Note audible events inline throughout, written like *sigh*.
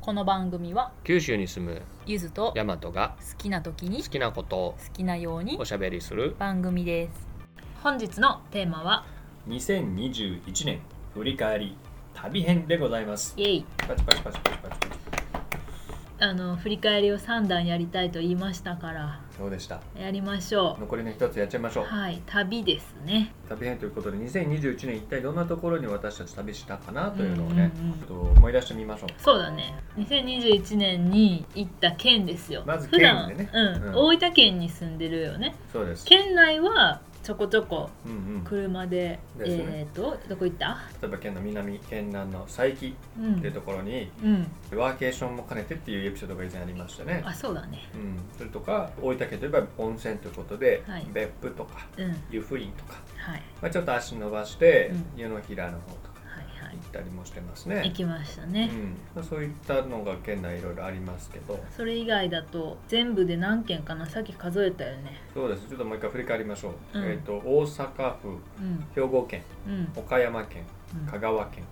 この番組は九州に住むゆずとヤマトが好きな時に好好きなことをきなようにおしゃべりする番組です本日のテーマは2021年振り返り旅編でございますイエイパチパチパチパチパチあの振り返りを3段やりたいと言いましたからそうでしたやりましょ残りの一つやっちゃいましょううはい旅ですね旅編ということで2021年一体どんなところに私たち旅したかなというのをうんね、うんうんちょっと思い出してみましょうそうだね2021年に行った県ですよまず普段県でねうんう大分県に住んでるよねそうです県内はちょこちょこうんうん例車で、ですねえっ、とどこ行ったえば県の南県南の佐伯うんっていうところにうんワーケーションも兼ねてっていうエピソードが以前ありましたねあそうだねうん、それとか大分県といえば温泉ということで、はい別府とかうんはい湯布院とか、はいまあ、ちょっと足伸ばして、うん湯の平の方とかは行いったりもしてま *laughs* す行ね、きましたうね、んまあ、そういったのが県内いろいろありますけどそれ以外だと全部で何件かなさっき数えたよねそうですちょっともう一回振り返りましょう、うんえっ、と大阪府うん兵庫県うん岡山県うん香川県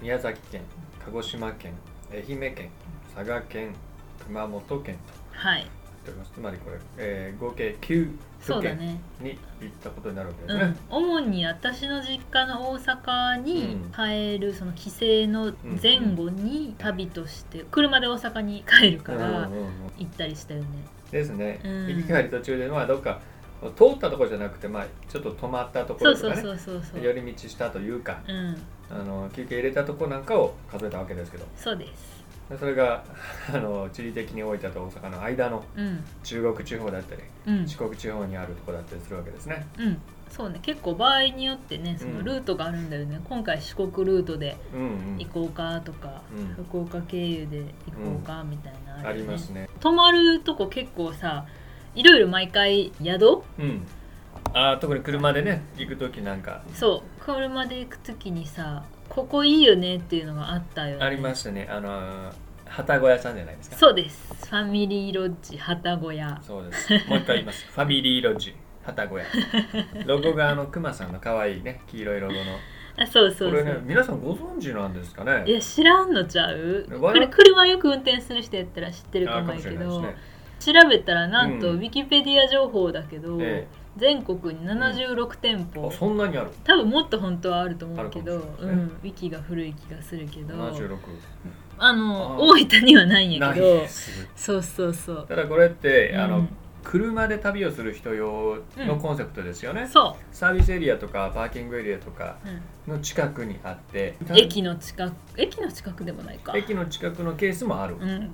宮崎県鹿児島県愛媛県佐賀県熊本県とはいなっておりますつまりこれ、えー合計9そ都うだ県ねに行ったことになるわけでうすね、ん、主に私の実家の大阪に帰るその帰省の前後に旅として車で大阪に帰るからうんうんうん行ったりしたよねですね、うん行き帰り途中でまあどっか通ったところじゃなくて、まあ、ちょっと止まったとこそろうとかそねうそうそうそう寄り道したというかうんあの休憩入れたところなんかを数えたわけですけどそうですそれがあの地理的に大分と大阪の間のうん中国地方だったりうん四国地方にあるところだったりするわけですね。うんそうね結構場合によってねそのルートがあるんだよね、今回四国ルートでうんうん行こうかとか、うん福岡経由で行こうかみたいなるよねありますね。泊まるとこ結構さいろいろ毎回宿うん、あー特に車でね行く時なんかそう車で行く時にさここいいよねっていうのがあったよねありましたねあのー旗小屋さんじゃないですか。そうですファミリーロッジ旗小屋そうです。もう一回言い *laughs* ます。ファミリーロッジ、旗小屋。ロゴがあの、クマさんの可愛いね、黄色いロゴの。あそうそうそうこれね、皆さんご存知なんですかいねや知らんのちゃう我々これ車よく運転する人やったら知ってるあかーもかやもしけれないですど、ね。調べたらなんと、うんウィキペディア情報だけど、え全国に76店舗、あ、そんなにある。多分もっと本当はあると思うけど、あるかもしうれないですん、ウィキが古い気がするけど76あのあ大分にはないんやないけどです。そうそうそうただこれって、あうのん。車で旅をする人用のコンセプトですよね、そサービスエリアとかパーキングエリアとかう、うんの近くにあって駅の近く駅の近くでもないか、駅の近くのケースもある、うん、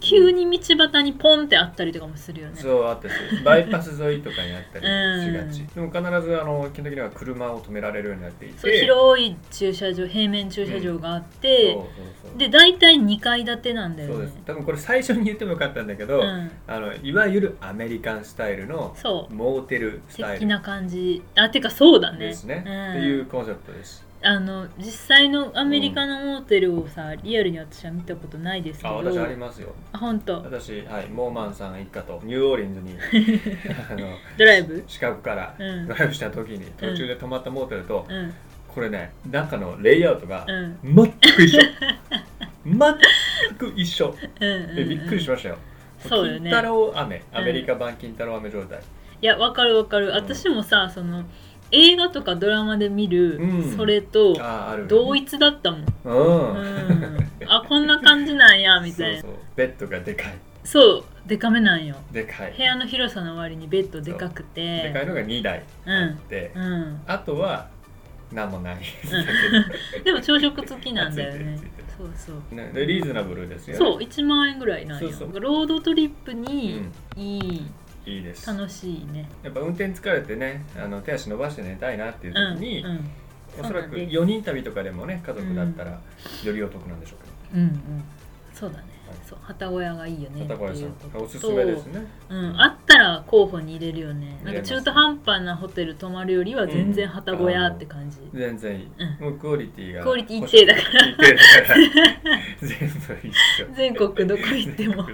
急に道端にポンってあったりとかもするよねそうあってバイパス沿いとかにあったりしがち、うんでも必ずあの基本的には車を止められるようになっていてそう広い駐車場平面駐車場があって、そうそうそうで大体2階建てなんだそようねです多分これ最初に言ってもよかったんだけど、うん、あのいわゆるアメリカンスタイルのそうモーテルスタイ的ルな感じあてかそうだねですねうんっていうコンセプトですあの実際のアメリカのモーテルをさ、リアルに私は見たことないですけどあ私ありますよあ本当私、はい、モーマンさん一家 *laughs* とニューオーリンズにあのドライブシカゴからうんドライブした時に途中で泊まったモーテルと、うんこれね中のレイアウトがうん全く *laughs* 一緒全く一緒うんうん、うでん、びっくりしましたよ、そうよ金ね太郎飴アメリカ版金太郎飴状態、いやわかるわかる、ん私もさその映画とかドラマで見る、うんそれとあああるよね同一だったもん、うん、うん、あこんな感じなんやみたいな *laughs* そうそうベッドがでかいそうでかめなんよでかい部屋の広さの割にベッドでかくでかいてのが2台あって、うんあとは何もないですでも朝食付きなんだよねついてるついてるそうそう *laughs* ねでリーズナブルですよねそう1万円ぐらいなんよそうそうロードトリップうにん、いい、いいです楽しいねやっぱ運転疲れてねあの手足伸ばして寝たいなっていううん時に、うんおそらそうなんくです4人旅とかでもね家族だったらよりお得なんでしょうけどうんうんそうだね、はいそう旗小屋がいいよねってい片うこ小屋さとんとおすすめですねうん、あったら候補に入れるよねなん入れかます中途半端なホテル泊まるよりは全然旗小屋って感じ、全然いい、うんもうクオリティがクオリティ一定だから一定だから全部一緒全国どこ行って *laughs* も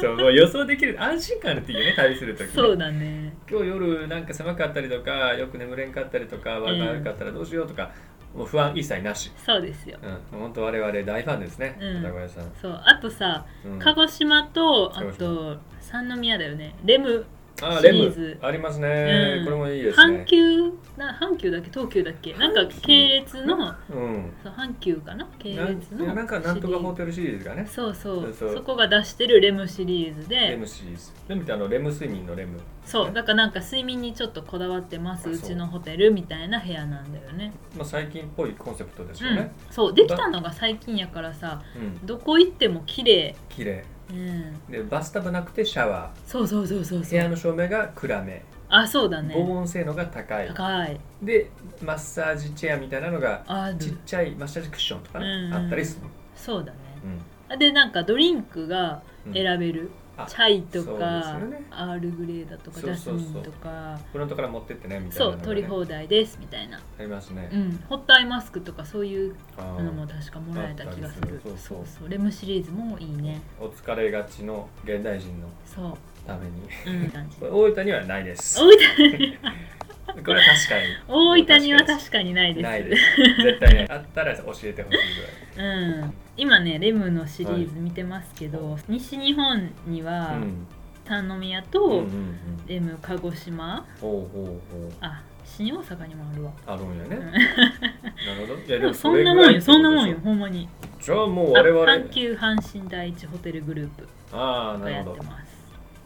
そうもう予想できる安心感あるっていうね旅する時ねそうだね今日夜なんか狭かったりとかよく眠れんかったりとか悪かったらどうしようとか、もう不安一切なし。そうですようん、本当我々大ファンですね、うん片小屋さん。そうあとさうん鹿児島とあ鹿児と三宮だよねレムあシレリーズムありますね、うんこれもいいです阪ね。急な阪急だっけ東急だっけなんか系列のうん。そう阪急かな系なん列のなんかなんとかホシテルシリーズがリーねズ。そうそそううそうそこが出してるレムシリーズレでムシリーズ。レムってあのレム睡眠のレム。そうだからなんか睡眠にちょっとこだわってますあうそうちのホテルみたいな部屋なんだよねまあ最近っぽいコンセプトですうよんね。そうできたのが最近やからさうん。どこ行っても綺麗綺麗。うんでバスタブなくてシャワそうそうそうそうー。部そ屋うの照明が暗め。あそうだね防音性能が高い。高いでマッサージチェアみたいなのがあちっるちゃいマッサージクッションとかね、うんあったりする。そうだねうん。あでなんかドリンクがうん選べる、あチャイとそうですか、よねアールグレーだとかジそうャスそうそうミンとかフロントから持ってってねみたいなそうのがね取り放題ですみたいなありますねう。ん、ホットアイマスクとかそういうあのーも確かもらえた気がすあったりるするそうそうレムシリーズもいいねお疲れがちの現代人のそために。う、うん、感じこれ大分にはないです。大分にこれは確かに。大分には確かにないですないです。絶対ない。あったら教えてほしいうん、今ねレムのシリーズ見てますけど、西日本にぐら。はいうん。三宮うんと、うんうん。レム鹿児島ほうほうほう。あ新大阪にもあるわあるんやね。んなるほど。いやでもそんなもんよそんなもんよ。れぐらいってことでしほんまにょじゃあもうあ我々。阪急阪神第一ホテルグループああ、がなやるっほどて。ます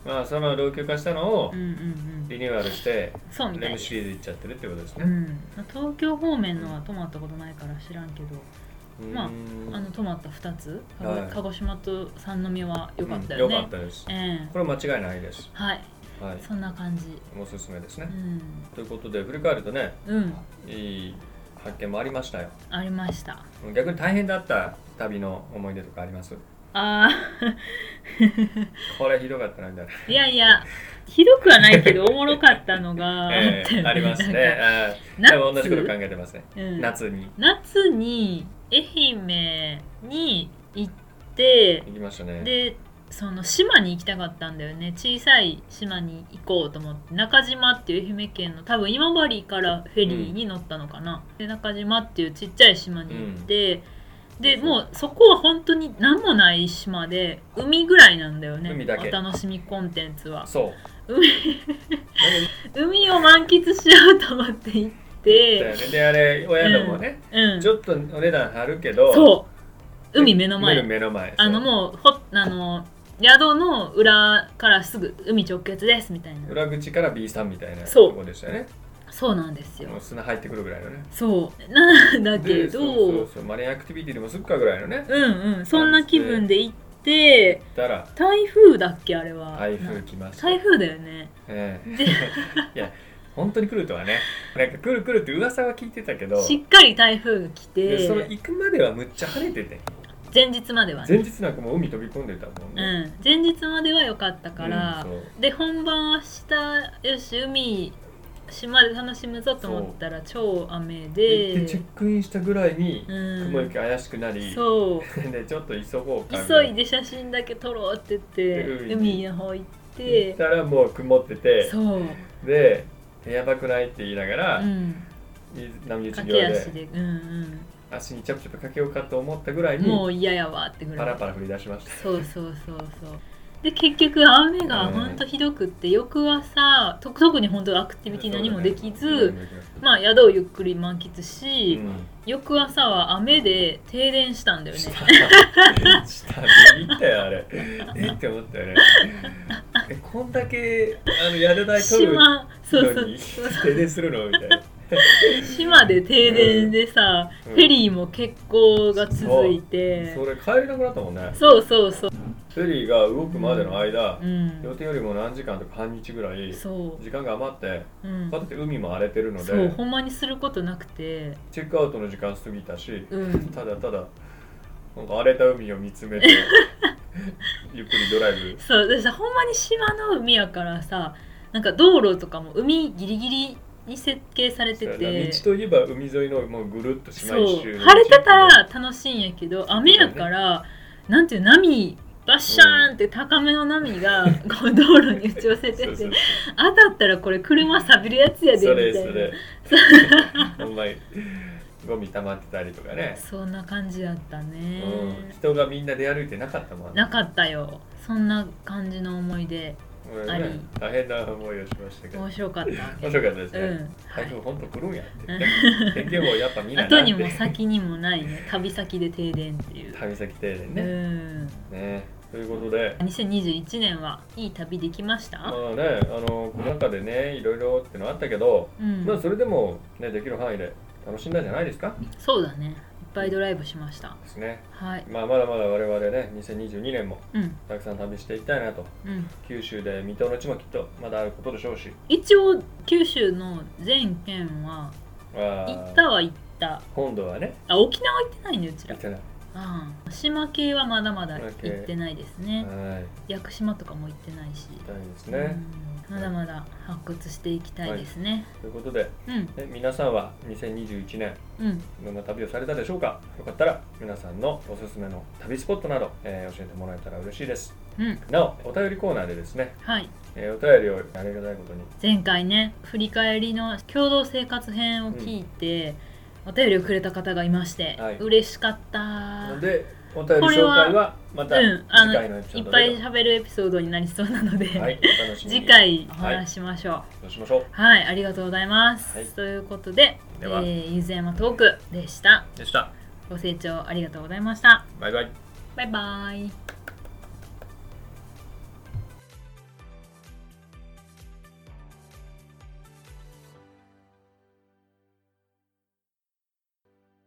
まあ、その老朽化したのをうんうんうんリニューアルして、そうみたいレでムすシリーズいっちゃってるってことですうね。ん、東京方面のは泊まったことないから知らんけど、うんまあの泊まった2つ、鹿児はい鹿児島と三宮は良かったようんね、よかったです。ええこれ間違いないです。はいはい。そんな感じおすすめですうね。ん、ということで、振り返るとね、うん、いい発見もありましたよ。ありました逆に大変だった旅の思い出とかありますあこれひどかったなみたいな。ー *laughs* いやいやひどくはないけどおもろかったのがあ *laughs* えったよえねありますね。なんか夏ええでも同じこと考えてますね。うん夏に夏に愛媛に行って行きましたね。でその島に行きたかったんだよね小さい島に行こうと思って中島っていう愛媛県の多分今治からフェリーに乗ったのかな、で中島っていうちっちゃい島に行って、でもうそこは本当に何もない島で海ぐらいなんだよね海だけお楽しみコンテンツはそう。海海を満喫しようと思って行っだよてね。で、あれ、お宿もね、うんちょっとお値段張るけど、そう海目の前海目の前。あのう。もうほあの宿の裏からすぐ海直結ですみたいな裏口から B さんみたいなそうとこでしたよね。そうなんですよもう砂入ってくるぐらいのね。そうなんだけでそうそどうそうマリンアクティビティでもすっかぐらいのね。うんうんそんな気分で行ってたら、台風だっけあれは台風来ました。台風だよねええで *laughs* いや、本当に来るとはね。なんか来る来るって噂は聞いてたけど。しっかり台風が来でそのて行くまではむっちゃ晴れてて前日まではね前日なんかもう海飛び込んでたもんうね、ん前日までは良かったからうんそうで本番は明日よし海島で楽しむぞと思ったら超雨ででチェックインしたぐらいにうん雲行き怪しくなり、そうでちょっと急ごうか急いで写真だけ撮ろうって言っでて海に海の方行っ行ってたらもう曇っててそう、でやばくないって言いながら、うん、水波打ち際駆け足でで、うん足にチャプチャプかけようかと思ったぐらういん、もにう嫌やわってぐらパいラパラ降り出しましたそうそうそうそうで結局雨がうんほんとひどくって、翌朝と特に本当アクティビティ何もできそうず、だねまあ宿をゆっくり満喫うし、ん翌朝は雨で停電したんだよね *laughs* 下下見たよあれえって思ったよねえこんだけあのやる代取るの島そうそうに停電するのみたいな島で停電でさ、うんフェリーも欠航が続いてそれ帰れなくなったもんねそうそうそうフェリーが動くまでの間、うん予定よりも何時間とか半日ぐらいそ時間が余ってう、うんだ、って海も荒れてるのそうでほんまにすることなくて、チェックアウトの時間過ぎたしうん、ただただなんか荒れた海を見つ *laughs* めてゆっくりドライブそうでさほんまに島の海やからさなんか道路とかも海ギリギリに設計されてて道といえば海沿いのもうぐるっと島そう一周晴れてたら楽しいんやけど雨やから、なんていう波バッシャーンって高めの波がこう道路に打ち寄せそてうそうて当たったらこれ車錆びるやつやでそみたいれな *laughs* それほんまにゴミ溜まってたりとかね、そんな感じだったね、うん、人がみんな出歩いてなかったもんなかったよそんな感じの思い出うんねあり大変な思いをしましたけど面白かったわけ面白かったですね、うん台風本当来るんやってうん天気予報やっぱ見ないな後っにもて先にもない *laughs* ね旅先で停電っていう、旅先停電うね,、んねということで2021年はいい旅できました、まあねあのコロナ禍でねいろいろってのあったけど、うん、まあそれでも、ね、できる範囲で楽しんだんじゃないですかそうだねいっぱいドライブしましたですね、はいまあ、まだまだ我々ね2022年もうんたくさん旅していきたいなとうん九州で水戸の地もきっとまだあることでしょうし一応九州の全県はあ行ーったは行った今度はねあ沖縄行ってないねうち行らってないああ島系はまだまだ行島系ってないですねはい屋久島とかも行ってないし、行きたいですうね、んまだまだ発掘していきたいですね、ということで、ね、皆さんは2021年うんうんいろんな旅をされたでしょうかよかったら皆さんのおすすめの旅スポットなど、えー教えてもらえたら嬉しいですうんなおお便りコーナーでですね、はいえーお便りをありがたいことに前回ね振り返りの共同生活編を聞いて、お便りをくれた方がいまして、はい嬉しかったなのでお便り紹介はまたうん次あの回のエピソいーっドぱで、い喋るエピソードになりそうなので、はい、お楽しみに次回お話ししましょうどうしましょうはい、ありがとうございます、はいということでではえーゆずやまトークでしたでしたご清聴ありがとうございましたバイバイバイバイ